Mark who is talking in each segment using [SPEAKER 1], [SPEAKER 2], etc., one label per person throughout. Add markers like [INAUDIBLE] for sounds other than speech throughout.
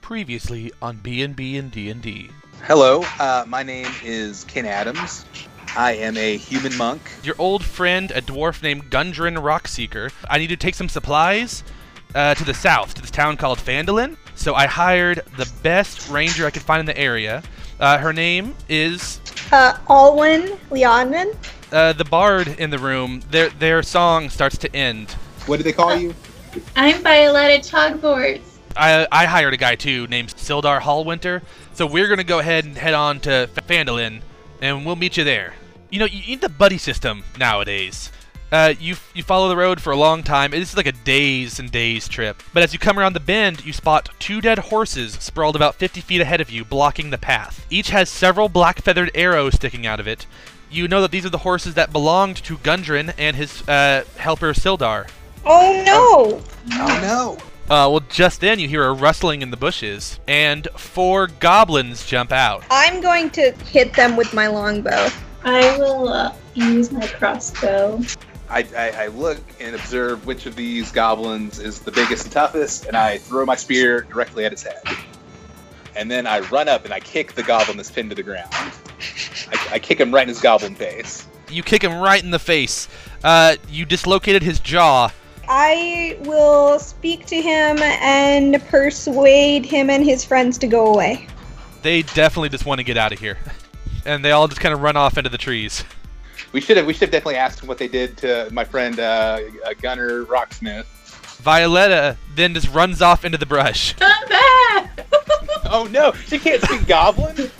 [SPEAKER 1] Previously on B&B and D&D.
[SPEAKER 2] Hello, uh, my name is Ken Adams. I am a human monk.
[SPEAKER 1] Your old friend, a dwarf named Gundren Rockseeker. I need to take some supplies uh, to the south, to this town called Fandolin. So I hired the best ranger I could find in the area. Uh, her name is
[SPEAKER 3] Uh, Alwyn Leonin.
[SPEAKER 1] uh, the bard in the room. Their their song starts to end.
[SPEAKER 4] What did they call you?
[SPEAKER 5] I'm Violetta Chogboards.
[SPEAKER 1] I, I hired a guy too named Sildar Hallwinter. So we're gonna go ahead and head on to F- Fandolin, and we'll meet you there. You know, you need the buddy system nowadays. Uh, you you follow the road for a long time. This is like a days and days trip. But as you come around the bend, you spot two dead horses sprawled about 50 feet ahead of you, blocking the path. Each has several black feathered arrows sticking out of it. You know that these are the horses that belonged to Gundren and his uh, helper Sildar.
[SPEAKER 3] Oh no!
[SPEAKER 2] Oh no!
[SPEAKER 1] Uh, well, just then you hear a rustling in the bushes, and four goblins jump out.
[SPEAKER 3] I'm going to hit them with my longbow.
[SPEAKER 5] I will uh, use my crossbow.
[SPEAKER 2] I, I, I look and observe which of these goblins is the biggest and toughest, and I throw my spear directly at its head. And then I run up and I kick the goblin that's pinned to the ground. I, I kick him right in his goblin face.
[SPEAKER 1] You kick him right in the face. Uh, you dislocated his jaw.
[SPEAKER 3] I will speak to him and persuade him and his friends to go away.
[SPEAKER 1] They definitely just want to get out of here, [LAUGHS] and they all just kind of run off into the trees.
[SPEAKER 2] We should have we should have definitely asked him what they did to my friend uh, uh, Gunner Rocksmith.
[SPEAKER 1] Violetta then just runs off into the brush.
[SPEAKER 5] Come back!
[SPEAKER 2] Oh no, she can't speak goblin.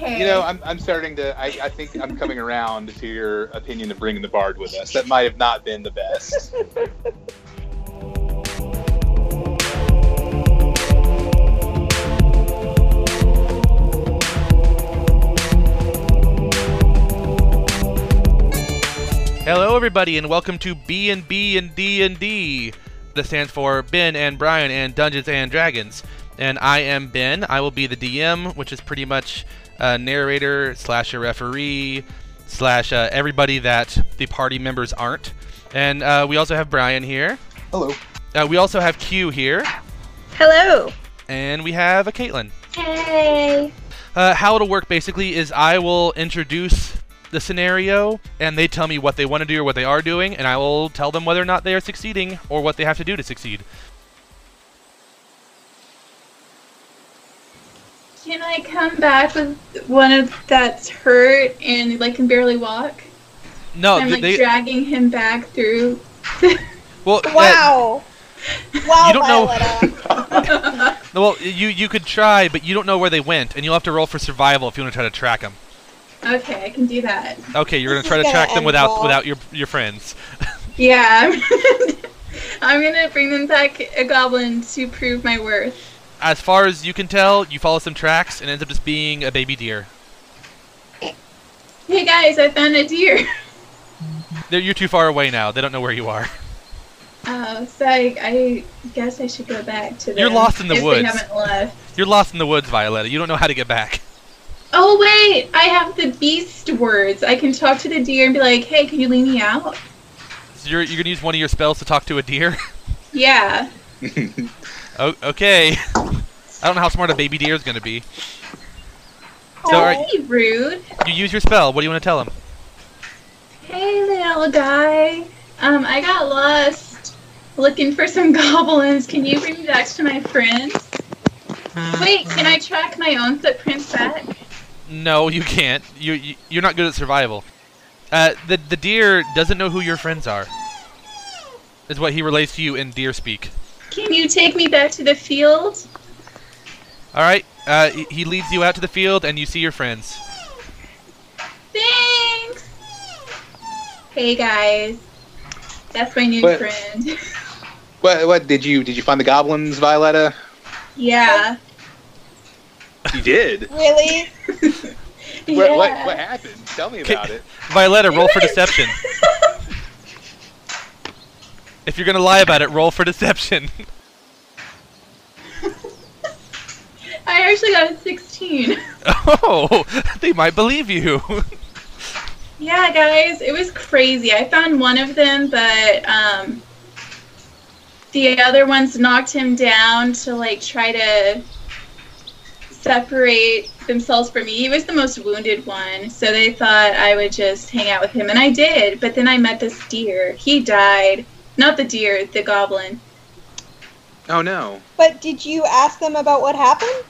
[SPEAKER 2] You know, I'm, I'm starting to. I, I think I'm coming around to your opinion of bringing the bard with us. That might have not been the best.
[SPEAKER 1] Hello, everybody, and welcome to B and B and D and D. That stands for Ben and Brian and Dungeons and Dragons. And I am Ben. I will be the DM, which is pretty much a narrator slash a referee slash uh, everybody that the party members aren't. And uh, we also have Brian here.
[SPEAKER 4] Hello.
[SPEAKER 1] Uh, we also have Q here,
[SPEAKER 3] Hello!
[SPEAKER 1] and we have a Caitlin.
[SPEAKER 5] Hey!
[SPEAKER 1] Uh, how it'll work basically is I will introduce the scenario, and they tell me what they want to do or what they are doing, and I will tell them whether or not they are succeeding or what they have to do to succeed.
[SPEAKER 5] Can I come back with one of that's hurt and like can barely walk?
[SPEAKER 1] No,
[SPEAKER 5] I'm
[SPEAKER 1] th-
[SPEAKER 5] like
[SPEAKER 1] Oh, they.
[SPEAKER 5] dragging him back
[SPEAKER 1] [LAUGHS]
[SPEAKER 5] through.
[SPEAKER 1] well, uh,
[SPEAKER 3] Wow! wow,
[SPEAKER 1] You don't know-
[SPEAKER 3] Violetta.
[SPEAKER 1] no, well, you you could try, but you don't know where they went, and you'll have to roll for survival if you want to try to track them.
[SPEAKER 5] okay, I can do that.
[SPEAKER 1] Okay, you're
[SPEAKER 3] This
[SPEAKER 1] gonna try
[SPEAKER 3] is
[SPEAKER 1] to
[SPEAKER 3] gonna
[SPEAKER 1] track them
[SPEAKER 3] end
[SPEAKER 1] without
[SPEAKER 3] well.
[SPEAKER 1] without your your friends.
[SPEAKER 5] Yeah. I'm [LAUGHS] gonna bring them back a goblin to prove my worth.
[SPEAKER 1] As far as you can tell, you follow some tracks and it ends up just being a baby deer.
[SPEAKER 5] Hey guys, I found a deer. [LAUGHS]
[SPEAKER 1] They're, you're too far away now. They don't know where you are. [LAUGHS]
[SPEAKER 5] Uh, so I, I guess I should go back to.
[SPEAKER 1] You're
[SPEAKER 5] them,
[SPEAKER 1] lost in the
[SPEAKER 5] if
[SPEAKER 1] woods.
[SPEAKER 5] They haven't left.
[SPEAKER 1] You're lost in the woods, Violetta. You don't know how to get back.
[SPEAKER 5] Oh wait, I have the beast words. I can talk to the deer and be like, "Hey, can you lead me out?"
[SPEAKER 1] So you're, you're gonna use one of your spells to talk to a deer.
[SPEAKER 5] Yeah.
[SPEAKER 1] o- okay. [LAUGHS] I don't know how smart a baby deer is gonna be.
[SPEAKER 5] Don't
[SPEAKER 1] all right.
[SPEAKER 5] be rude.
[SPEAKER 1] You use your spell. What do you want to tell him?
[SPEAKER 5] Hey, little guy. Um, I got lost looking for some [LAUGHS] goblins. Can you bring me back to my friends? Wait, can I track my own footprints back?
[SPEAKER 1] No, you can't. You, you you're not good at survival. Uh, the the deer doesn't know who your friends are. Is what he relates to you in deer speak.
[SPEAKER 5] Can you take me back to the field?
[SPEAKER 1] All right. Uh, he- he leads you out to the field, and you see your friends.
[SPEAKER 5] Thanks. Hey guys, that's my new
[SPEAKER 2] But-
[SPEAKER 5] friend. [LAUGHS]
[SPEAKER 2] What, what did you did you find the goblins, Violetta?
[SPEAKER 5] yeah.
[SPEAKER 2] You [LAUGHS] did.
[SPEAKER 3] really?
[SPEAKER 2] What, what
[SPEAKER 5] Yeah.
[SPEAKER 2] what happened? Tell me about it.
[SPEAKER 1] Violetta, roll for
[SPEAKER 5] Damn it. [LAUGHS]
[SPEAKER 1] deception. If you're gonna lie about it, roll for deception. [LAUGHS]
[SPEAKER 5] I actually got a 16.
[SPEAKER 1] Oh, [LAUGHS] they might believe you.
[SPEAKER 5] yeah, guys, it was crazy. I found one of them, but um, the other ones knocked him down to like try to separate themselves from me. He was the most wounded one, so they thought I would just hang out with him, and I did. But then I met this deer. He died. Not the deer, the goblin.
[SPEAKER 2] Oh no.
[SPEAKER 3] But did you ask them about what happened?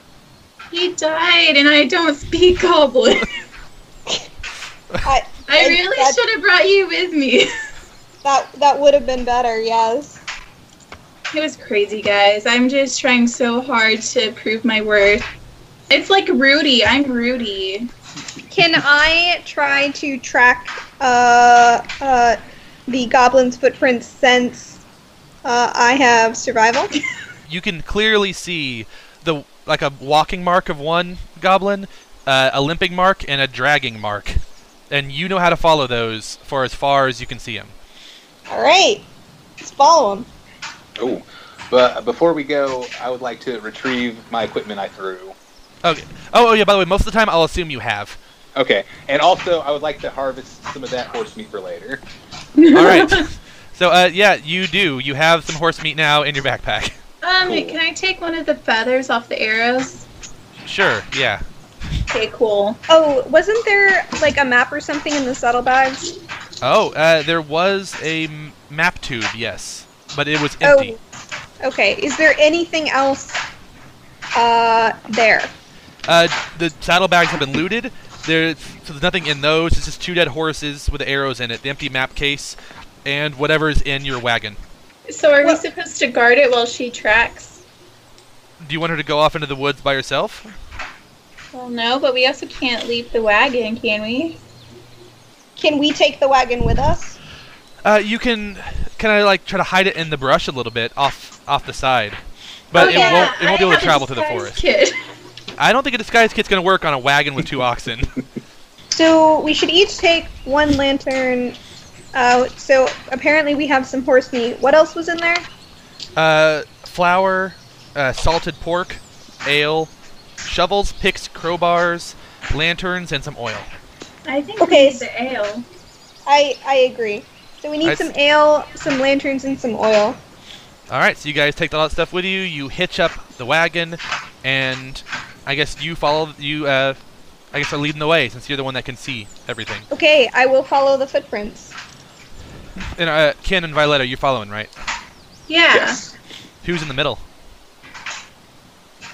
[SPEAKER 5] He died, and I don't speak goblin. [LAUGHS]
[SPEAKER 3] I,
[SPEAKER 5] I
[SPEAKER 3] And
[SPEAKER 5] really
[SPEAKER 3] that-
[SPEAKER 5] should have brought you with me.
[SPEAKER 3] that that would have been better. Yes.
[SPEAKER 5] It was crazy, guys. I'm just trying so hard to prove my worth. It's like Rudy. I'm Rudy.
[SPEAKER 3] Can I try to track uh, uh, the goblin's footprints since uh, I have survival?
[SPEAKER 1] you can clearly see the like a walking mark of one goblin, uh, a limping mark, and a dragging mark, and you know how to follow those for as far as you can see them.
[SPEAKER 3] All right, let's follow him.
[SPEAKER 2] Oh. But before we go, I would like to retrieve my equipment I threw.
[SPEAKER 1] Okay. Oh, oh yeah. By the way, most of the time I'll assume you have.
[SPEAKER 2] Okay. And also, I would like to harvest some of that horse meat for later.
[SPEAKER 1] All right. So uh, yeah, you do. You have some horse meat now in your backpack.
[SPEAKER 5] [LAUGHS]
[SPEAKER 1] [LAUGHS]
[SPEAKER 5] Um,
[SPEAKER 2] Cool.
[SPEAKER 5] can I take one of the feathers off the arrows?
[SPEAKER 1] Sure. Yeah.
[SPEAKER 5] Okay, cool.
[SPEAKER 3] Oh, wasn't there like a map or something in the saddlebags?
[SPEAKER 1] Oh, uh, there was a m- map tube. Yes, but it was empty.
[SPEAKER 3] Oh, okay. Is there anything else uh, there?
[SPEAKER 1] Uh, the saddlebags have been looted. There's, so there's nothing in those. It's just two dead horses with arrows in it, the empty map case, and whatever's in your wagon.
[SPEAKER 5] So are we
[SPEAKER 3] What-
[SPEAKER 5] supposed to guard it while she tracks?
[SPEAKER 1] Do you want her to go off into the woods by herself?
[SPEAKER 5] Well, no, but we also can't leave the wagon, can we?
[SPEAKER 3] Can we take the wagon with us?
[SPEAKER 1] Uh, you can kind of like try to hide it in the brush a little bit off off the side, but
[SPEAKER 5] Oh,
[SPEAKER 1] it
[SPEAKER 5] yeah,
[SPEAKER 1] won't it won't be
[SPEAKER 5] I
[SPEAKER 1] able to
[SPEAKER 5] have a
[SPEAKER 1] travel through the
[SPEAKER 5] disguise
[SPEAKER 1] forest.
[SPEAKER 5] Kit.
[SPEAKER 1] I don't think a disguise kit's gonna work on a wagon with two oxen.
[SPEAKER 3] So we should each take one lantern. Uh, so apparently we have some horse meat. What else was in there?
[SPEAKER 1] [LAUGHS] Uh, flour, uh, salted pork, ale, shovels, picks, crowbars, lanterns, and some oil.
[SPEAKER 5] [LAUGHS] I think
[SPEAKER 3] Okay,
[SPEAKER 5] we need the ale.
[SPEAKER 3] I I agree. So we need
[SPEAKER 1] I
[SPEAKER 3] some
[SPEAKER 1] s-
[SPEAKER 3] ale, some lanterns, and some oil.
[SPEAKER 1] All right, so you guys take all that stuff with you. You hitch up the wagon, and I guess you follow. You, uh, I guess, are leading the way since you're the one that can see everything.
[SPEAKER 3] Okay, I will follow the footprints.
[SPEAKER 1] And uh, Ken and Violetta, you're following, right?
[SPEAKER 5] Yeah.
[SPEAKER 2] Yes.
[SPEAKER 1] Who's in the middle?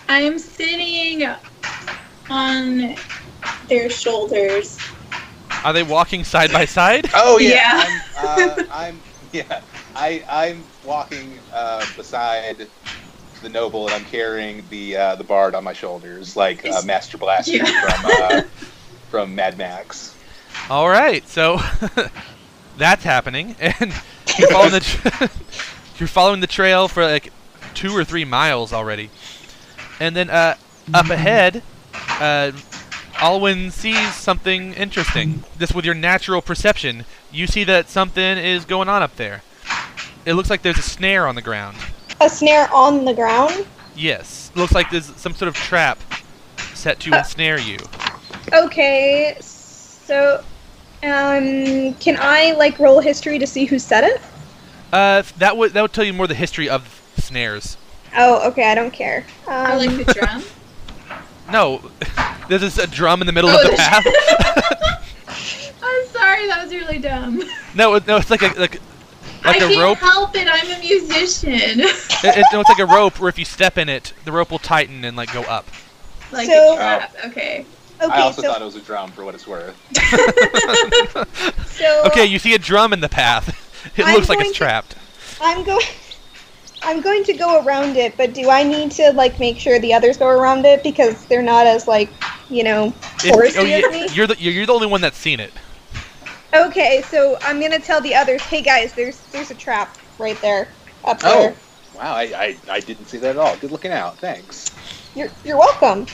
[SPEAKER 5] I'm sitting on their shoulders.
[SPEAKER 1] Are they walking side by side? [LAUGHS]
[SPEAKER 2] Oh yeah.
[SPEAKER 5] Yeah.
[SPEAKER 2] I'm, uh, I'm [LAUGHS] yeah. I I'm walking uh, beside the noble, and I'm carrying the uh, the bard on my shoulders, like uh, Master Blaster
[SPEAKER 5] Yeah.
[SPEAKER 2] from
[SPEAKER 3] [LAUGHS]
[SPEAKER 2] uh, from Mad Max.
[SPEAKER 1] All right, so [LAUGHS] that's happening, [LAUGHS] and you're following the [LAUGHS] tra- you're following the trail for like two or three miles already, and then uh, up ahead, uh, Alwyn sees something interesting. Just with your natural perception, you see that something is going on up there. It looks like there's a snare on the ground.
[SPEAKER 3] A snare on the ground.
[SPEAKER 1] Yes, looks like there's some sort of trap set to ensnare you.
[SPEAKER 3] Okay, so um, can I like roll history to see who set it?
[SPEAKER 1] Uh, that would that would tell you more the history of snares.
[SPEAKER 3] Oh, okay, I don't care.
[SPEAKER 5] [LAUGHS] I
[SPEAKER 3] Um,
[SPEAKER 5] like the drum.
[SPEAKER 1] No, [LAUGHS] there's just a drum in the middle
[SPEAKER 5] Oh,
[SPEAKER 1] of the
[SPEAKER 5] it's-
[SPEAKER 1] path. [LAUGHS]
[SPEAKER 5] I'm sorry, that was really dumb.
[SPEAKER 1] No, it, no, it's like a like
[SPEAKER 5] I
[SPEAKER 1] like a
[SPEAKER 3] [LAUGHS]
[SPEAKER 5] can't
[SPEAKER 1] rope.
[SPEAKER 5] help it. I'm a musician. [LAUGHS]
[SPEAKER 1] It, it- no, it's like a rope where if you step in it, the rope will tighten and like go up. [LAUGHS]
[SPEAKER 5] like
[SPEAKER 3] So-
[SPEAKER 5] a trap. Okay.
[SPEAKER 2] I
[SPEAKER 3] okay,
[SPEAKER 2] also
[SPEAKER 3] so
[SPEAKER 2] thought it was a drum, for what it's worth.
[SPEAKER 3] so uh,
[SPEAKER 1] Okay, you see a drum in the path. [LAUGHS] It
[SPEAKER 3] I'm
[SPEAKER 1] looks like
[SPEAKER 3] going
[SPEAKER 1] it's
[SPEAKER 3] to-
[SPEAKER 1] trapped.
[SPEAKER 3] I'm going. [LAUGHS] I'm going to go around it, but do I need to like make sure the others go around it because they're not as like you know
[SPEAKER 1] If-
[SPEAKER 3] foresty
[SPEAKER 1] oh,
[SPEAKER 3] as
[SPEAKER 1] yeah,
[SPEAKER 3] me?
[SPEAKER 1] you're the you're, you're the only one that's seen it.
[SPEAKER 3] Okay, so I'm gonna tell the others, hey guys, there's there's a trap right there up
[SPEAKER 2] Oh.
[SPEAKER 3] there.
[SPEAKER 2] wow! I, I I didn't see that at all. Good looking out. Thanks.
[SPEAKER 3] You're you're welcome.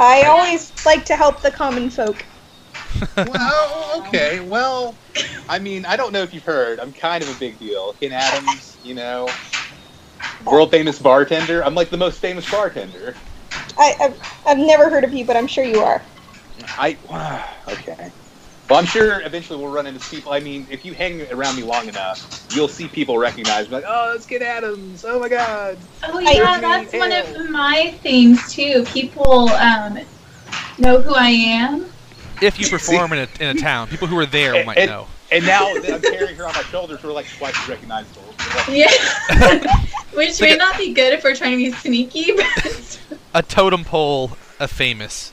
[SPEAKER 3] I always like to help the common folk.
[SPEAKER 2] [LAUGHS] well, okay. Well, I mean, I don't know if you've heard. I'm kind of a big deal. Ken Adams, you know, world famous bartender. I'm like the most famous bartender.
[SPEAKER 3] I, I've I've never heard of you, but I'm sure you are.
[SPEAKER 2] I [SIGHS] okay. Well, I'm sure eventually we'll run into people. I mean, if you hang around me long enough, you'll see people recognize me. Like, oh, that's Kid Adams. Oh my God.
[SPEAKER 5] Oh
[SPEAKER 3] I-
[SPEAKER 5] yeah, that's one of my things too. People um, know who I am.
[SPEAKER 1] If
[SPEAKER 3] [LAUGHS]
[SPEAKER 1] you perform in a, in a town, people who are there
[SPEAKER 2] And-
[SPEAKER 1] might know.
[SPEAKER 2] And now that [LAUGHS] I'm carrying her on my shoulders, we're like twice as recognizable. We're like,
[SPEAKER 5] [LAUGHS] Yeah. Which may not be good if we're trying to be sneaky, [LAUGHS] but
[SPEAKER 1] A totem pole of famous.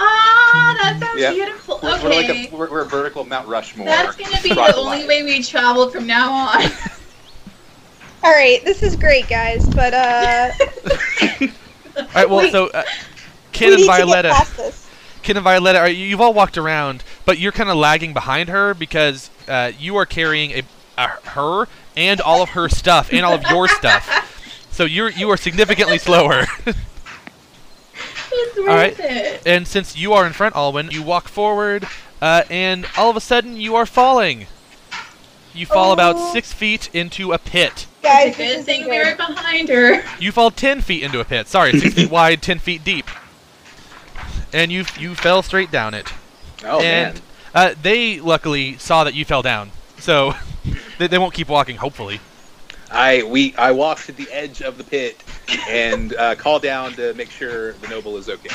[SPEAKER 5] ah, that sounds
[SPEAKER 2] Yeah.
[SPEAKER 5] beautiful.
[SPEAKER 2] We're,
[SPEAKER 5] okay.
[SPEAKER 2] we're like a, we're, we're a vertical Mount Rushmore.
[SPEAKER 5] That's gonna be the
[SPEAKER 2] Tribal
[SPEAKER 5] only
[SPEAKER 2] life.
[SPEAKER 5] way we travel from now on. [LAUGHS]
[SPEAKER 3] All right, this is great, guys, but
[SPEAKER 5] [LAUGHS]
[SPEAKER 3] uh,
[SPEAKER 1] All right. Well,
[SPEAKER 3] Wait.
[SPEAKER 1] so uh,
[SPEAKER 3] we
[SPEAKER 1] Ken
[SPEAKER 3] need
[SPEAKER 1] and
[SPEAKER 3] to
[SPEAKER 1] Violetta.
[SPEAKER 3] get past this.
[SPEAKER 1] Ken and Violetta, are, you- you've all walked around, but you're kind of lagging behind her because uh, you are carrying a, a her and all of her stuff and all of your stuff. So you're you are significantly slower. [LAUGHS]
[SPEAKER 5] it's worth
[SPEAKER 1] right.
[SPEAKER 5] it.
[SPEAKER 1] and since you are in front, Alwyn, you walk forward, uh, and all of a sudden you are falling. You fall about
[SPEAKER 3] Oh.
[SPEAKER 1] six feet into a pit.
[SPEAKER 3] Guys,
[SPEAKER 5] it's a good
[SPEAKER 3] this is
[SPEAKER 5] thing we were
[SPEAKER 3] good.
[SPEAKER 5] behind her.
[SPEAKER 1] You fall ten feet into a pit. Sorry, six feet wide, ten feet deep. And you you fell straight down it.
[SPEAKER 2] Oh
[SPEAKER 1] and
[SPEAKER 2] man.
[SPEAKER 1] Uh, they luckily saw that you fell down, so [LAUGHS] they, they won't keep walking. Hopefully,
[SPEAKER 2] I we I walked to the edge of the pit and uh, called down to make sure the noble is okay.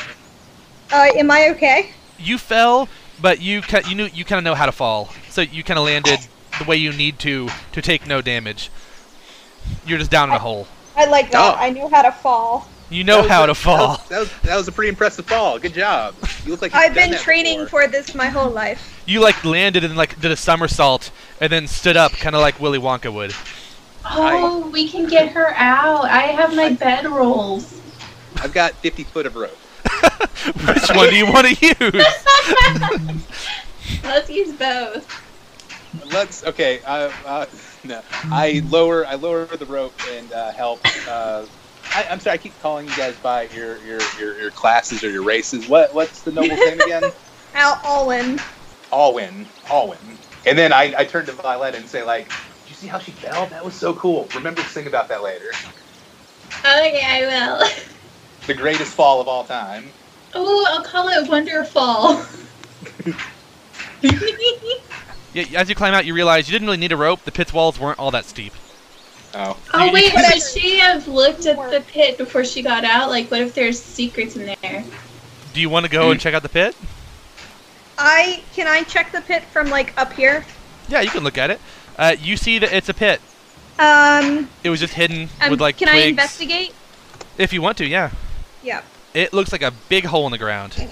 [SPEAKER 3] Uh, am I okay?
[SPEAKER 1] you fell, but you ki- you knew you kind of know how to fall, so you kind of landed the way you need to to take no damage. You're just down in a hole.
[SPEAKER 3] I like that.
[SPEAKER 2] Oh.
[SPEAKER 3] I knew how to fall.
[SPEAKER 1] You know
[SPEAKER 2] That
[SPEAKER 1] how
[SPEAKER 2] was
[SPEAKER 1] to
[SPEAKER 2] a-
[SPEAKER 1] fall.
[SPEAKER 2] That was, that was that was a pretty impressive fall. Good job. You look like you've
[SPEAKER 3] I've
[SPEAKER 2] done
[SPEAKER 3] been
[SPEAKER 2] that
[SPEAKER 3] training
[SPEAKER 2] before.
[SPEAKER 3] for this my whole life.
[SPEAKER 1] You like landed and like did a somersault and then stood up, kind of like Willy Wonka would. [LAUGHS]
[SPEAKER 5] Oh, we can get her out. I have my bed rolls.
[SPEAKER 2] I've got 50 foot of rope.
[SPEAKER 1] Which one do you want to [LAUGHS] use?
[SPEAKER 5] Let's use both.
[SPEAKER 2] Let's okay. Uh, uh, [LAUGHS] no, I lower I lower the rope and uh, help. Uh, I, I'm sorry. I keep calling you guys by your your, your, your classes or your races. What what's the noble name again?
[SPEAKER 3] Al Alwyn.
[SPEAKER 2] Alwyn. Alwyn. And then I, I turn to Violetta and say like, "Did you see how she fell? That was so cool. Remember to sing about that later.
[SPEAKER 5] Oh yeah, I will. [LAUGHS]
[SPEAKER 2] The greatest fall of all time."
[SPEAKER 5] Oh, I'll call it wonderful.
[SPEAKER 1] Yeah, as you climb out, you realize you didn't really need a rope. The pit's walls weren't all that steep.
[SPEAKER 2] Oh,
[SPEAKER 5] [LAUGHS] oh wait,
[SPEAKER 3] Whatever.
[SPEAKER 5] should she have looked at the pit before she got out? Like, what if there's secrets in there?
[SPEAKER 1] Do you want to
[SPEAKER 2] [CLEARS THROAT]
[SPEAKER 1] go and check out the pit?
[SPEAKER 3] I can I check the pit from like up here?
[SPEAKER 1] Yeah, you can look at it. Uh, you see that it's a pit.
[SPEAKER 3] Um,
[SPEAKER 1] It was just hidden
[SPEAKER 3] um,
[SPEAKER 1] with like
[SPEAKER 3] can
[SPEAKER 1] twigs.
[SPEAKER 3] I investigate?
[SPEAKER 1] If you want to, yeah.
[SPEAKER 3] Yeah.
[SPEAKER 1] It looks like a big hole in the ground.
[SPEAKER 3] Um,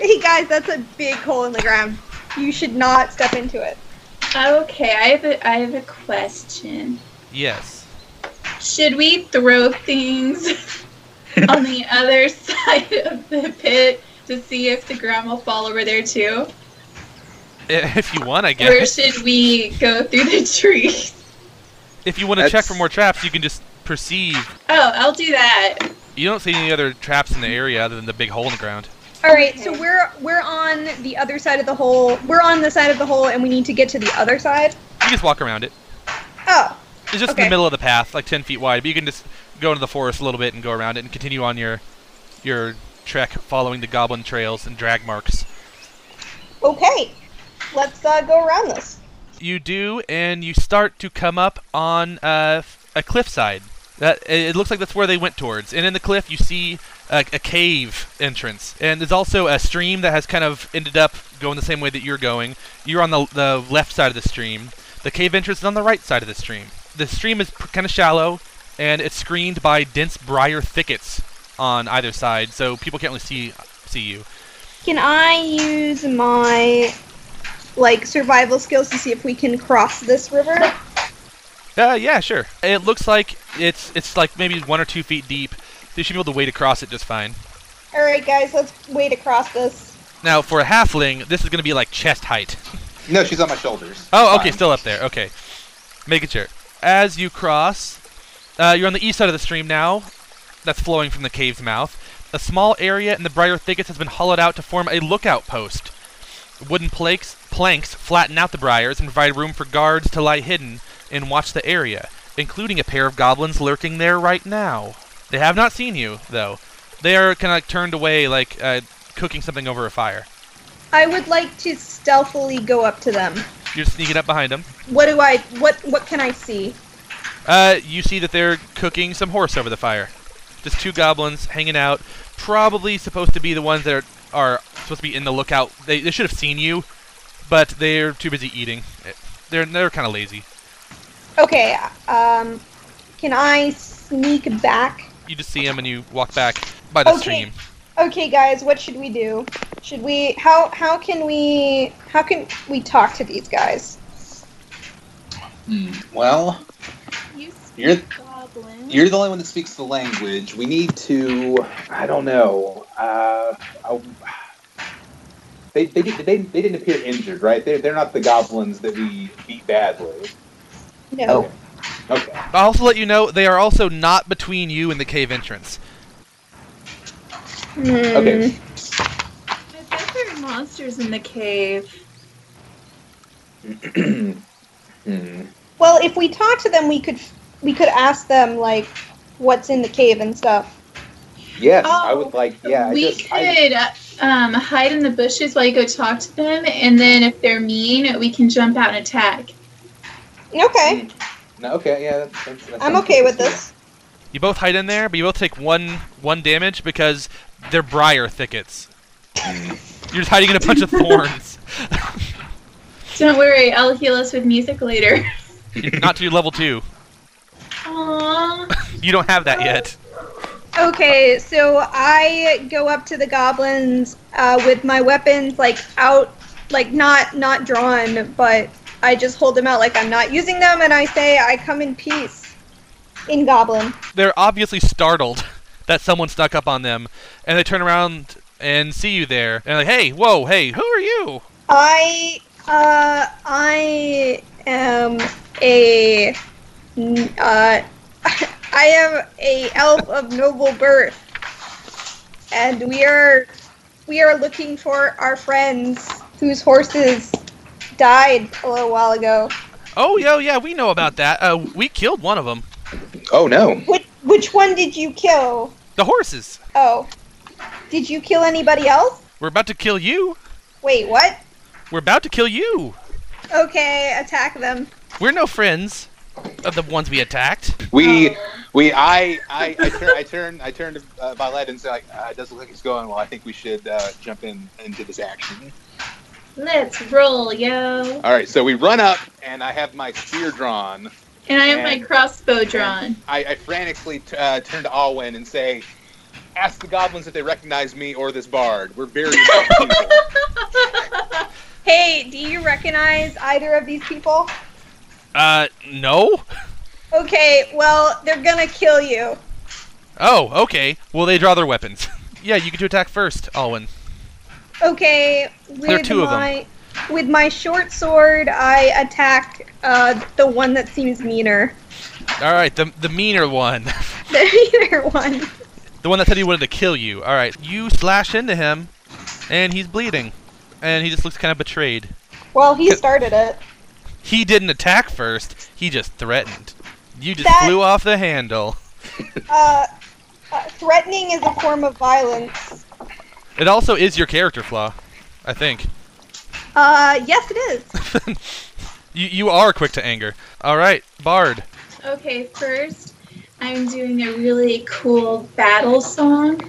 [SPEAKER 3] hey guys, that's a big hole in the ground. You should not step into it.
[SPEAKER 5] Okay, I have a I have a question.
[SPEAKER 1] Yes. [LAUGHS]
[SPEAKER 5] Should we throw things on the other [LAUGHS] side of the pit to see if the ground will fall over there too?
[SPEAKER 1] I- If you want, I
[SPEAKER 5] Or
[SPEAKER 1] guess.
[SPEAKER 5] should we go through the trees? [LAUGHS]
[SPEAKER 1] If you want to check for
[SPEAKER 2] That's-
[SPEAKER 1] more traps, you can just perceive.
[SPEAKER 5] Oh, I'll do that.
[SPEAKER 1] You don't see any other traps in the area other than the big hole in the ground.
[SPEAKER 3] All right, so
[SPEAKER 5] Okay.
[SPEAKER 3] we're we're on the other side of the hole. We're on the side of the hole, and we need to get to the other side.
[SPEAKER 1] You just walk around it.
[SPEAKER 3] Oh,
[SPEAKER 1] It's just in
[SPEAKER 3] Okay.
[SPEAKER 1] the middle of the path, like ten feet wide. But you can just go into the forest a little bit and go around it and continue on your your trek following the goblin trails and drag marks.
[SPEAKER 3] okay. Let's uh, go around this.
[SPEAKER 1] You do, and you start to come up on uh, a cliffside. That it it looks like that's where they went towards. And in the cliff, you see a, a cave entrance, and there's also a stream that has kind of ended up going the same way that you're going. You're on the the left side of the stream. The cave entrance is on the right side of the stream. The stream is kind of shallow, and it's screened by dense briar thickets on either side, so people can't really see see you.
[SPEAKER 3] Can I use my like survival skills to see if we can cross this river?
[SPEAKER 1] Uh, yeah, sure. It looks like it's it's like maybe one or two feet deep. They should be able to wade across it just fine.
[SPEAKER 3] All right, guys, let's wade across this.
[SPEAKER 1] Now, for a halfling, this is gonna be like chest height.
[SPEAKER 2] no, she's on my shoulders.
[SPEAKER 1] Oh, okay,
[SPEAKER 2] Fine.
[SPEAKER 1] still up there. Okay, making sure. As you cross, uh, you're on the east side of the stream now. That's flowing from the cave's mouth. A small area in the briar thickets has been hollowed out to form a lookout post. Wooden planks, planks flatten out the briars and provide room for guards to lie hidden and watch the area, including a pair of goblins lurking there right now. They have not seen you, though. They are kind of turned away, like uh, cooking something over a fire.
[SPEAKER 3] I would like to stealthily go up to them.
[SPEAKER 1] You're sneaking up behind them.
[SPEAKER 3] What do I? What? What can I see?
[SPEAKER 1] Uh, you see that they're cooking some horse over the fire. Just two goblins hanging out. Probably supposed to be the ones that are, are supposed to be in the lookout. They, they should have seen you, but they're too busy eating. They're they're kind of lazy.
[SPEAKER 3] Okay. Um, can I sneak back?
[SPEAKER 1] You just see them and you walk back by the
[SPEAKER 3] Okay.
[SPEAKER 1] stream.
[SPEAKER 3] Okay, guys. What should we do? Should we? How? How can we? How can we talk to these guys?
[SPEAKER 2] Hmm, Well,
[SPEAKER 5] You
[SPEAKER 2] You're-
[SPEAKER 5] speak goblin.
[SPEAKER 2] you're the only one that speaks the language. We need to. I don't know. Uh, I- they, they, did- they, they didn't appear injured, right? They're, they're not the goblins that we beat badly.
[SPEAKER 3] No.
[SPEAKER 2] Okay.
[SPEAKER 1] I'll also let you know they are also not between you and the cave entrance.
[SPEAKER 3] Hmm.
[SPEAKER 2] Okay.
[SPEAKER 5] I bet there are monsters in the cave.
[SPEAKER 2] Okay.
[SPEAKER 3] Mm-hmm.
[SPEAKER 2] [CLEARS THROAT] hmm.
[SPEAKER 3] Well, if we talk to them, we could we could ask them like what's in the cave and stuff.
[SPEAKER 2] Yes,
[SPEAKER 5] Oh,
[SPEAKER 2] I would like. Yeah,
[SPEAKER 5] we
[SPEAKER 2] I just. I,
[SPEAKER 5] could uh um, hide in the bushes while you go talk to them, and then if they're mean, we can jump out and attack.
[SPEAKER 3] Okay.
[SPEAKER 2] hmm. no, okay. Yeah. That's, that's, that
[SPEAKER 3] I'm
[SPEAKER 2] sounds
[SPEAKER 3] okay
[SPEAKER 2] good.
[SPEAKER 3] with this.
[SPEAKER 1] You both hide in there, but you both take one one damage because they're briar thickets. You're just hiding in a bunch of thorns.
[SPEAKER 5] Don't worry, I'll heal us with music later. [LAUGHS]
[SPEAKER 1] Not to level two.
[SPEAKER 5] Aww.
[SPEAKER 1] You don't have that yet.
[SPEAKER 3] Okay, so I go up to the goblins uh, with my weapons like out, like not not drawn, but I just hold them out like I'm not using them, and I say I come in peace, in goblin.
[SPEAKER 1] They're obviously startled [LAUGHS] that someone snuck up on them, and they turn around and see you there. And they're like, hey, whoa, hey, who are you?
[SPEAKER 3] I uh I am a n- uh [LAUGHS] I am a elf of noble birth. And we are we are looking for our friends whose horses died a little while ago.
[SPEAKER 1] Oh, yo, yeah, we know about that. Uh, we killed one of them.
[SPEAKER 2] Oh no.
[SPEAKER 3] Which which one did you kill?
[SPEAKER 1] The horses.
[SPEAKER 3] Oh. Did you kill anybody else?
[SPEAKER 1] We're about to kill you.
[SPEAKER 3] Wait, what?
[SPEAKER 1] We're about to kill you.
[SPEAKER 3] Okay, attack them.
[SPEAKER 1] We're no friends of the ones we attacked.
[SPEAKER 2] We
[SPEAKER 5] Oh.
[SPEAKER 2] we I I I turn I turn I turn to uh, Violet and say like uh, it doesn't look like it's going well. I think we should uh, jump in into this action.
[SPEAKER 5] Let's roll, yo.
[SPEAKER 2] All right. So we run up and I have my spear drawn.
[SPEAKER 5] And I have my crossbow drawn.
[SPEAKER 2] I, I frantically t- uh, turn to Alwyn and say, "Ask the goblins if they recognize me or this bard. We're very important people."
[SPEAKER 3] Hey, do you recognize either of these people?
[SPEAKER 1] Uh, no?
[SPEAKER 3] Okay, well, they're gonna kill you.
[SPEAKER 1] Oh, okay. Well, they draw their weapons. [LAUGHS] yeah, you get to attack first, Alwyn.
[SPEAKER 3] Okay, with
[SPEAKER 1] There are two of 'em.
[SPEAKER 3] my with my short sword, I attack uh, the one that seems meaner, [LAUGHS]
[SPEAKER 1] All right, the, the meaner one.
[SPEAKER 3] the meaner one.
[SPEAKER 1] The one that said he wanted to kill you. All right, you slash into him, and he's bleeding, and he just looks kind of betrayed.
[SPEAKER 3] Well, he
[SPEAKER 1] Yeah.
[SPEAKER 3] started it.
[SPEAKER 1] He didn't attack first; he just threatened. You just
[SPEAKER 3] That-
[SPEAKER 1] flew off the handle.
[SPEAKER 3] Uh, uh, threatening is a form of violence.
[SPEAKER 1] It also is your character flaw, I think.
[SPEAKER 3] Uh, yes, it is.
[SPEAKER 1] You you are quick to anger. All right, Bard.
[SPEAKER 5] Okay, first I'm doing a really cool battle song,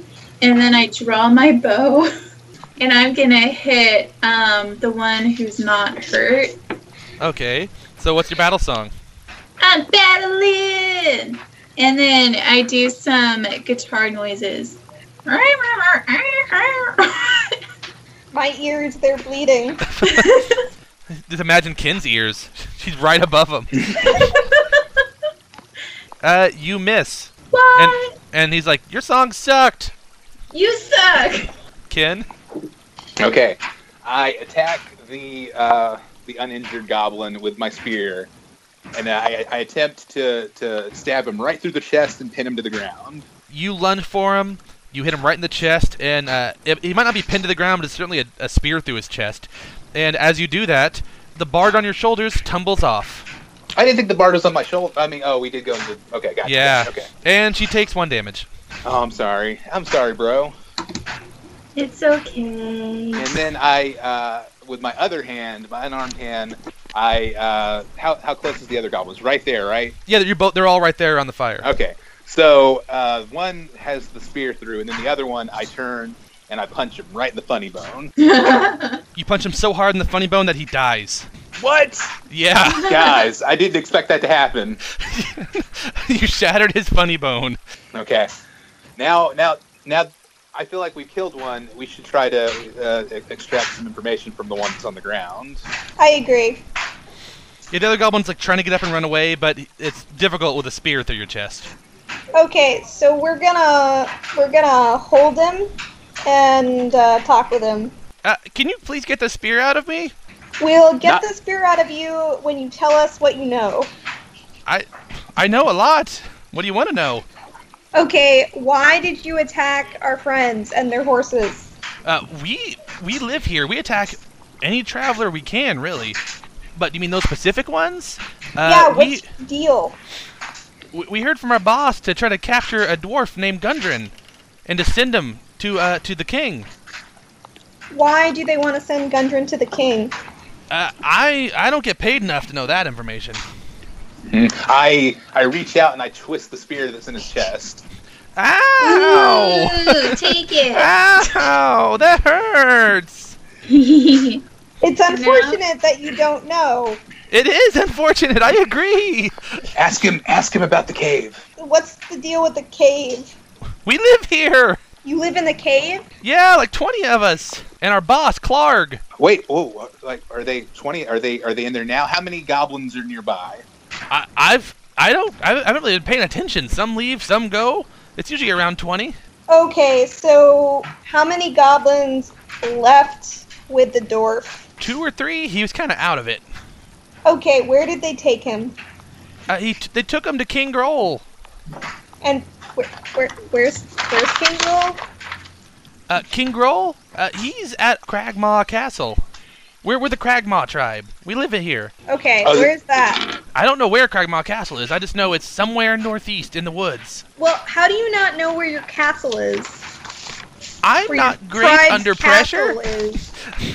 [SPEAKER 5] and then I draw my bow, [LAUGHS] and I'm gonna hit um, the one who's not hurt.
[SPEAKER 1] Okay, so what's your battle song? [LAUGHS]
[SPEAKER 5] I'm battling, and then I do some guitar noises. [LAUGHS]
[SPEAKER 3] My ears, they're bleeding.
[SPEAKER 1] Just imagine Kin's ears. [LAUGHS] She's right above him. Uh, you miss,
[SPEAKER 5] what?
[SPEAKER 1] and he's like, "Your song sucked,
[SPEAKER 5] You suck.
[SPEAKER 1] Kin."
[SPEAKER 2] Okay, I attack the uh, the uninjured goblin with my spear, and I, I attempt to, to stab him right through the chest and pin him to the ground.
[SPEAKER 1] you lunge for him. You hit him right in the chest, and uh, it, he might not be pinned to the ground, but it's certainly a, a spear through his chest. And as you do that, the bard on your shoulders tumbles off,
[SPEAKER 2] I didn't think the bard was on my shoulder. I mean, oh, we did go into. Okay, gotcha.
[SPEAKER 1] Yeah.
[SPEAKER 2] Okay.
[SPEAKER 1] and she takes one damage.
[SPEAKER 2] Oh, I'm sorry. I'm sorry, bro.
[SPEAKER 5] It's okay.
[SPEAKER 2] And then I, uh, with my other hand, my unarmed hand, I uh, how how close is the other goblins? Right there, right?
[SPEAKER 1] Yeah, you're both. They're all right there on the fire.
[SPEAKER 2] Okay. So uh, one has the spear through, and then the other one I turn and I punch him right in the funny
[SPEAKER 5] [LAUGHS]
[SPEAKER 2] bone.
[SPEAKER 1] You punch him so hard in the funny bone that he dies.
[SPEAKER 2] What?
[SPEAKER 1] Yeah, [LAUGHS]
[SPEAKER 2] Guys, I didn't expect that to happen.
[SPEAKER 1] you shattered his funny bone.
[SPEAKER 2] Okay. Now, now, now, I feel like we've killed one. We should try to uh, e- extract some information from the one that's on the ground.
[SPEAKER 3] I agree.
[SPEAKER 1] Yeah, the other goblin's like trying to get up and run away, but it's difficult with a spear through your chest.
[SPEAKER 3] Okay, so we're gonna we're gonna hold him and uh, talk with him.
[SPEAKER 1] Uh, can you please get the spear out of me?
[SPEAKER 3] We'll get
[SPEAKER 2] Not-
[SPEAKER 3] the spear out of you when you tell us what you know.
[SPEAKER 1] I know a lot. What do you want to know?
[SPEAKER 3] Okay, why did you attack our friends and their horses?
[SPEAKER 1] Uh, we we live here. We attack any traveler we can, really. But you mean those specific ones?
[SPEAKER 3] yeah,
[SPEAKER 1] Uh,
[SPEAKER 3] which deal?
[SPEAKER 1] we, we heard from our boss to try to capture a dwarf named Gundren, and to send him to uh, to the king.
[SPEAKER 3] Why do they want to send Gundren to the king?
[SPEAKER 1] Uh, I I don't get paid enough to know that information.
[SPEAKER 2] I I reach out and I twist the spear that's in his chest.
[SPEAKER 1] Ow!
[SPEAKER 5] Ooh, take it.
[SPEAKER 1] [LAUGHS]
[SPEAKER 5] [LAUGHS]
[SPEAKER 1] Ow! That hurts.
[SPEAKER 3] It's unfortunate that you don't know.
[SPEAKER 1] It is unfortunate. I agree.
[SPEAKER 2] Ask him. Ask him about the cave.
[SPEAKER 3] What's the deal with the cave?
[SPEAKER 1] We live here.
[SPEAKER 3] You live in the cave?
[SPEAKER 1] Yeah, like 20 of us, and our boss Clarg.
[SPEAKER 2] Wait. Whoa. Like, are they twenty? Are they are they in there now? How many goblins are nearby?
[SPEAKER 1] I, I've I don't I haven't- I haven't really been paying attention. Some leave, some go. It's usually around twenty.
[SPEAKER 3] Okay, so how many goblins left with the dwarf?
[SPEAKER 1] Two or three, he was kind of out of it.
[SPEAKER 3] Okay, where did they take him?
[SPEAKER 1] Uh, he t- they took him to King Groll.
[SPEAKER 3] And where, where, where's where's King Joel?
[SPEAKER 1] Uh, King Groll, uh, he's at Cragmaw Castle. We're, we're the Cragmaw tribe. We live in here.
[SPEAKER 3] Okay,
[SPEAKER 2] Oh, the-
[SPEAKER 3] where's that?
[SPEAKER 1] I don't know where Cragmaw Castle is. I just know it's somewhere northeast in the woods.
[SPEAKER 3] Well, how do you not know where your castle is?
[SPEAKER 1] I'm
[SPEAKER 3] Where your
[SPEAKER 1] not great
[SPEAKER 3] tribe's
[SPEAKER 1] under pressure.
[SPEAKER 3] castle Is.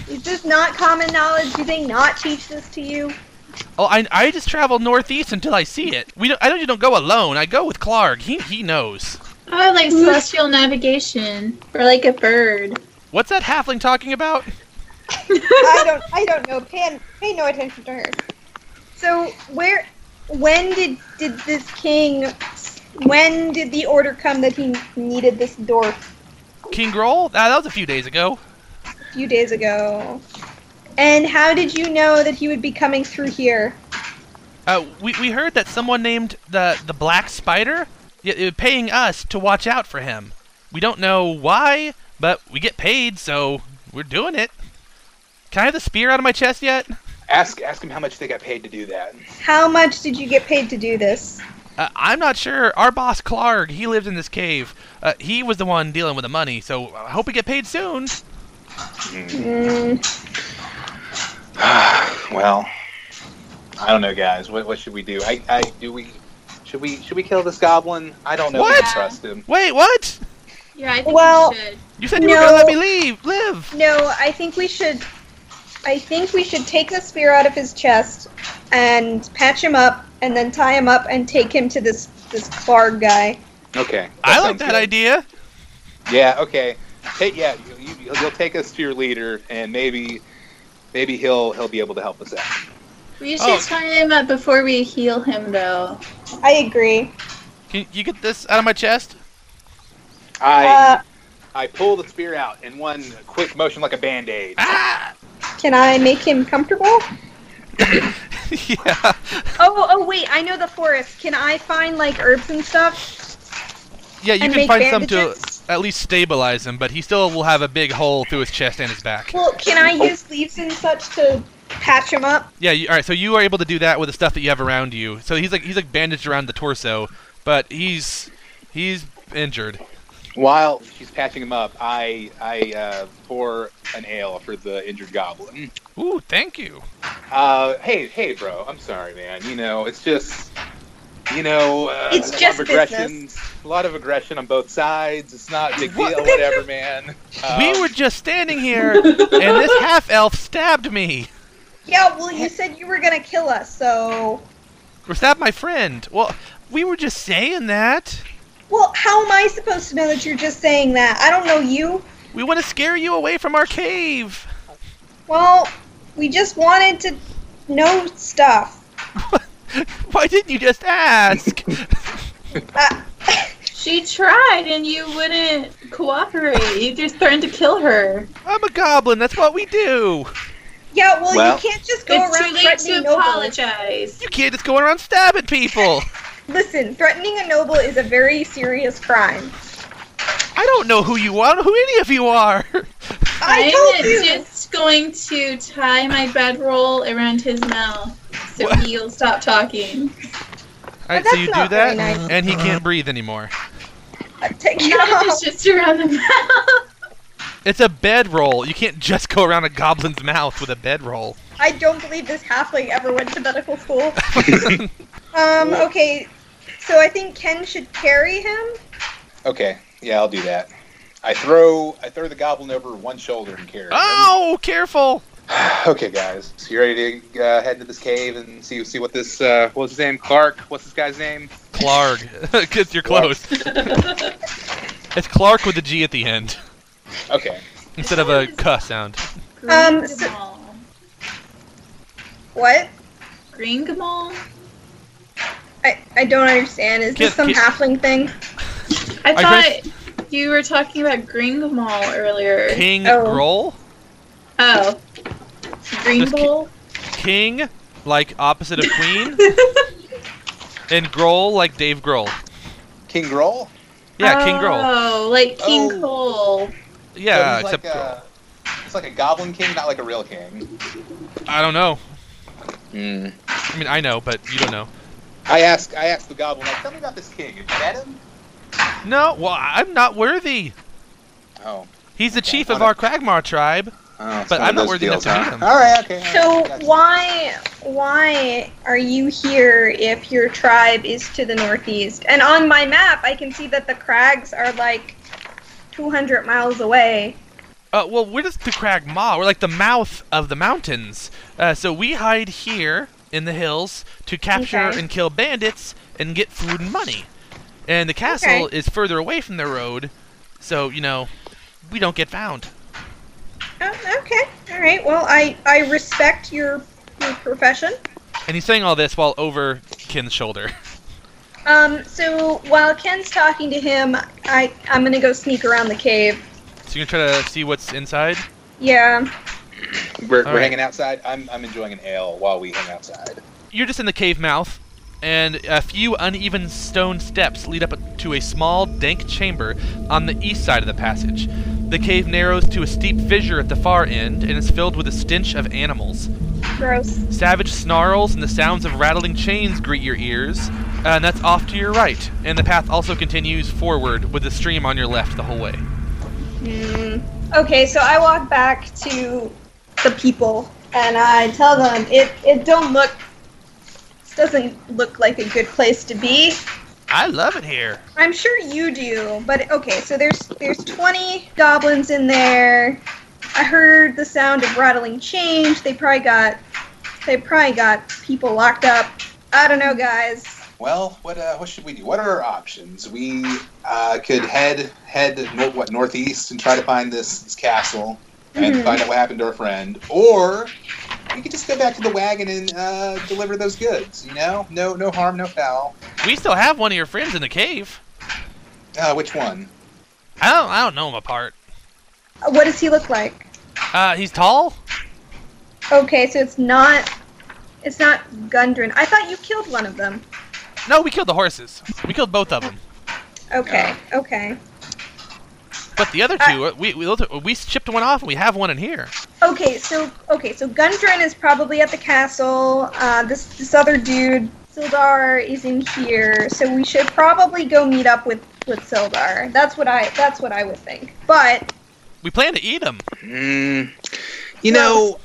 [SPEAKER 3] is this not common knowledge? Do they not teach this to you?
[SPEAKER 1] Oh, I, I just travel northeast until I see it. We don't, I usually don't go alone. I go with Clarg. He he knows.
[SPEAKER 5] Oh,
[SPEAKER 3] [LAUGHS]
[SPEAKER 5] like celestial navigation. Or like a bird.
[SPEAKER 1] What's that halfling talking about?
[SPEAKER 3] [LAUGHS] I don't. I don't know. Pay, pay no attention to her. So where, when did did this king? When did the order come that he needed this dwarf?
[SPEAKER 1] King Groll? Ah, that was a few days ago.
[SPEAKER 3] A few days ago. And how did you know that he would be coming through here?
[SPEAKER 1] Uh, we, we heard that someone named the the Black Spider y- uh, paying us to watch out for him. We don't know why, but we get paid, so we're doing it. Can I have the spear out of my chest yet?
[SPEAKER 2] Ask ask him how much they got paid to do that.
[SPEAKER 3] How much did you get paid to do this?
[SPEAKER 1] Uh, I'm not sure. Our boss Clarg, he lives in this cave. Uh, he was the one dealing with the money, so I hope we get paid soon.
[SPEAKER 3] Mm,
[SPEAKER 2] [SIGHS] well, I don't know, guys. What, what should we do? I, I do we should we should we kill this goblin? I don't know. if we
[SPEAKER 1] What?
[SPEAKER 2] can trust him.
[SPEAKER 1] Wait, what?
[SPEAKER 5] Yeah, I think
[SPEAKER 3] Well-
[SPEAKER 5] we should.
[SPEAKER 1] You said you were gonna
[SPEAKER 3] No.
[SPEAKER 1] let me leave, live.
[SPEAKER 3] no, I think we should. I think we should take the spear out of his chest and patch him up, and then tie him up and take him to this this bard guy.
[SPEAKER 2] Okay.
[SPEAKER 1] I like
[SPEAKER 2] sounds
[SPEAKER 1] that
[SPEAKER 2] good.
[SPEAKER 1] idea.
[SPEAKER 2] Yeah. Okay. Hey, yeah, you, you, you'll- you'll take us to your leader, and maybe maybe he'll he'll be able to help us out.
[SPEAKER 5] We should
[SPEAKER 1] Oh.
[SPEAKER 5] tie him up before we heal him, though.
[SPEAKER 3] I agree.
[SPEAKER 1] Can you get this out of my chest?
[SPEAKER 2] I
[SPEAKER 3] Uh,
[SPEAKER 2] I pull the spear out in one quick motion like a band aid.
[SPEAKER 1] Ah! [LAUGHS]
[SPEAKER 3] can I make him comfortable?
[SPEAKER 1] yeah.
[SPEAKER 3] Oh, oh wait, I know the forest. Can I find like herbs and stuff?
[SPEAKER 1] Yeah, you
[SPEAKER 3] and
[SPEAKER 1] can
[SPEAKER 3] make
[SPEAKER 1] find
[SPEAKER 3] bandages?
[SPEAKER 1] some to at least stabilize him, but he still will have a big hole through his chest and his back.
[SPEAKER 3] Well, can I use leaves and such to patch him up?
[SPEAKER 1] Yeah, you, all right. So you are able to do that with the stuff that you have around you. So he's like he's like bandaged around the torso, but he's he's injured.
[SPEAKER 2] While she's patching him up, I I uh, pour an ale for the injured goblin.
[SPEAKER 1] Ooh, thank you.
[SPEAKER 2] Uh, hey, hey, bro. I'm sorry, man. You know, it's just, you know, uh,
[SPEAKER 3] It's just
[SPEAKER 2] regressions. a lot of aggression on both sides. It's not a big deal,
[SPEAKER 1] What?
[SPEAKER 2] whatever, man. Uh,
[SPEAKER 1] [LAUGHS] we were just standing here, and this half elf stabbed me.
[SPEAKER 3] Yeah, well, you said you were gonna kill us, so.
[SPEAKER 1] Or stabbed my friend. Well, we were just saying that.
[SPEAKER 3] Well, how am I supposed to know that you're just saying that? I don't know you.
[SPEAKER 1] We want to scare you away from our cave. [LAUGHS]
[SPEAKER 3] Well, we just wanted to know stuff.
[SPEAKER 1] Why didn't you just ask?
[SPEAKER 3] Uh,
[SPEAKER 5] She tried and you wouldn't cooperate. You just threatened to kill her.
[SPEAKER 1] I'm a goblin. That's what we do.
[SPEAKER 3] yeah, well,
[SPEAKER 2] Well,
[SPEAKER 3] you can't just go
[SPEAKER 5] it's
[SPEAKER 3] around
[SPEAKER 5] too late
[SPEAKER 3] threatening
[SPEAKER 5] to
[SPEAKER 3] nobles.
[SPEAKER 5] apologize.
[SPEAKER 1] You can't just go around stabbing people.
[SPEAKER 3] Listen, threatening a noble is a very serious crime.
[SPEAKER 1] I don't know who you are. I don't know who any of you are.
[SPEAKER 3] [LAUGHS]
[SPEAKER 1] [LAUGHS]
[SPEAKER 3] I
[SPEAKER 5] am
[SPEAKER 3] told you.
[SPEAKER 5] just going to tie my bedroll around his mouth so
[SPEAKER 1] What?
[SPEAKER 5] he'll stop talking.
[SPEAKER 3] [LAUGHS]
[SPEAKER 1] All right,
[SPEAKER 3] that's
[SPEAKER 1] so you do
[SPEAKER 3] not
[SPEAKER 1] that,
[SPEAKER 3] very nice.
[SPEAKER 1] and he can't breathe anymore.
[SPEAKER 3] Uh, [LAUGHS] Take it
[SPEAKER 5] Not if it's
[SPEAKER 3] off.
[SPEAKER 5] just around the mouth.
[SPEAKER 1] It's a bedroll. You can't just go around a goblin's mouth with a bedroll.
[SPEAKER 3] I don't believe this halfling ever went to medical school. Um, okay, so I think Ken should carry him.
[SPEAKER 2] Okay, yeah, I'll do that. I throw I throw the goblin over one shoulder and carry. him.
[SPEAKER 1] oh, careful!
[SPEAKER 2] [SIGHS] Okay, guys, so you ready to uh, head into this cave and see see what this uh, what's his name? Clark. What's this guy's name?
[SPEAKER 1] Clark. [LAUGHS] Because you're
[SPEAKER 2] Clark.
[SPEAKER 1] close. it's Clark with a G at the end
[SPEAKER 2] Okay.
[SPEAKER 1] instead of
[SPEAKER 3] [LAUGHS]
[SPEAKER 1] a cuh sound.
[SPEAKER 3] Um,
[SPEAKER 5] Gringamal.
[SPEAKER 3] What?
[SPEAKER 5] Gringamal?
[SPEAKER 3] I, I don't understand. Is this
[SPEAKER 1] Kid-
[SPEAKER 3] some
[SPEAKER 1] kid-
[SPEAKER 3] halfling thing?
[SPEAKER 5] I
[SPEAKER 1] I
[SPEAKER 5] thought you were talking about Gringamal earlier.
[SPEAKER 1] King
[SPEAKER 3] Oh.
[SPEAKER 1] Groll?
[SPEAKER 5] Oh. Gringle?
[SPEAKER 1] King, like opposite of
[SPEAKER 3] [LAUGHS]
[SPEAKER 1] Queen? and Groll, like Dave Grohl.
[SPEAKER 2] King Groll.
[SPEAKER 1] Yeah, King Groll.
[SPEAKER 5] Oh, like King
[SPEAKER 2] Oh.
[SPEAKER 5] Cole.
[SPEAKER 1] Yeah,
[SPEAKER 2] So he's
[SPEAKER 1] except
[SPEAKER 2] like a, it's like a goblin king, not like a real king.
[SPEAKER 1] I don't know. I mean, I know, but you don't know.
[SPEAKER 2] Hmm. I ask I ask the goblin like, tell me about this king. Have you met him?
[SPEAKER 1] No, well, I'm not worthy.
[SPEAKER 2] Oh.
[SPEAKER 1] He's the
[SPEAKER 2] Okay,
[SPEAKER 1] chief
[SPEAKER 2] I
[SPEAKER 1] of
[SPEAKER 2] wanna-
[SPEAKER 1] our Kragmar tribe.
[SPEAKER 2] oh it's
[SPEAKER 1] But
[SPEAKER 2] one
[SPEAKER 1] I'm
[SPEAKER 2] of
[SPEAKER 1] not
[SPEAKER 2] those
[SPEAKER 1] worthy enough
[SPEAKER 2] deals,
[SPEAKER 1] to meet
[SPEAKER 2] huh?
[SPEAKER 1] him.
[SPEAKER 2] All right. Okay. all right,
[SPEAKER 3] So
[SPEAKER 2] gotcha.
[SPEAKER 3] why why are you here if your tribe is to the northeast? And on my map, I can see that the crags are like 200 miles away.
[SPEAKER 1] Uh, well, we're just the Crag Ma. We're like the mouth of the mountains. Uh, so we hide here in the hills to capture
[SPEAKER 3] Okay.
[SPEAKER 1] and kill bandits and get food and money. And the castle is further away from the road, so you know we don't get found.
[SPEAKER 3] Oh, okay. All right. Well, I I respect your your profession.
[SPEAKER 1] And he's saying all this while over Kin's shoulder. [LAUGHS]
[SPEAKER 3] Um so while Ken's talking to him, I I'm going to go sneak around the cave.
[SPEAKER 1] So you're gonna try to see what's inside.
[SPEAKER 3] Yeah.
[SPEAKER 2] we're, we're
[SPEAKER 1] All right.
[SPEAKER 2] hanging outside. I'm I'm enjoying an ale while we hang outside.
[SPEAKER 1] You're just in the cave mouth, and a few uneven stone steps lead up to a small, dank chamber on the east side of the passage. The cave narrows to a steep fissure at the far end and is filled with a stench of animals.
[SPEAKER 3] Gross.
[SPEAKER 1] Savage snarls and the sounds of rattling chains greet your ears, and that's off to your right. And the path also continues forward with the stream on your left the whole way.
[SPEAKER 3] Hmm. Okay, so I walk back to the people and I tell them it it don't look this doesn't look like a good place to be.
[SPEAKER 1] I love it here.
[SPEAKER 3] I'm sure you do, but okay, so there's there's 20 goblins in there. I heard the sound of rattling change. They probably got they probably got people locked up. I don't know, guys.
[SPEAKER 2] Well, what uh, what should we do? What are our options? We uh, could head head no, what northeast and try to find this, this castle and
[SPEAKER 3] Mhm.
[SPEAKER 2] find out what happened to our friend, or we could just go back to the wagon and uh, deliver those goods. You know, no no harm, no foul.
[SPEAKER 1] We still have one of your friends in the cave.
[SPEAKER 2] Uh, which one?
[SPEAKER 1] I don't, I don't know him apart.
[SPEAKER 3] What does he look like?
[SPEAKER 1] Uh, he's tall.
[SPEAKER 3] Okay, so it's not it's not Gundren. I thought you killed one of them.
[SPEAKER 1] No, we killed the horses. We killed both of them.
[SPEAKER 3] Okay, okay.
[SPEAKER 1] But the other two, uh, we we, those are- we shipped one off and we have one in here.
[SPEAKER 3] Okay, so okay, so Gundren is probably at the castle. Uh, this this other dude, Sildar, is in here. So we should probably go meet up with with Sildar. That's what I that's what I would think. But
[SPEAKER 1] We plan to eat them.
[SPEAKER 2] Mm, you
[SPEAKER 3] know,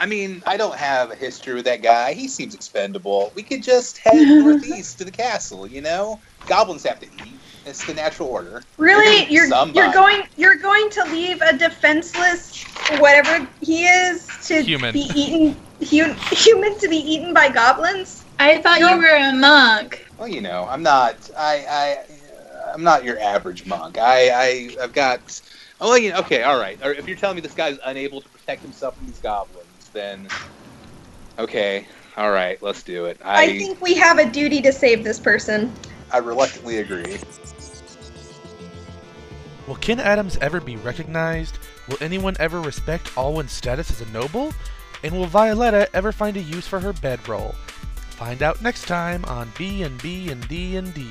[SPEAKER 2] I mean, I don't have a history with that guy. He seems expendable. We could just
[SPEAKER 3] [LAUGHS]
[SPEAKER 2] head northeast to the castle, you know? Goblins have to eat. It's the natural order.
[SPEAKER 3] Really,
[SPEAKER 2] Maybe
[SPEAKER 3] you're
[SPEAKER 2] somebody.
[SPEAKER 3] you're going you're going to leave a defenseless whatever he is to
[SPEAKER 1] Human.
[SPEAKER 3] be eaten hu- human to be eaten by goblins?
[SPEAKER 5] I thought you
[SPEAKER 3] You're-
[SPEAKER 5] were a monk.
[SPEAKER 2] Well, you know, I'm not. I, I, I'm not your average monk. I, I, I've got. Oh, well, you know, okay, all right. Or If you're telling me this guy's unable to protect himself from these goblins, then okay, all right, let's do it. I,
[SPEAKER 3] I, think we have a duty to save this person.
[SPEAKER 2] I reluctantly agree.
[SPEAKER 1] Will Ken Adams ever be recognized? Will anyone ever respect Alwyn's status as a noble? And will Violetta ever find a use for her bedroll? Find out next time on B and B and D and D.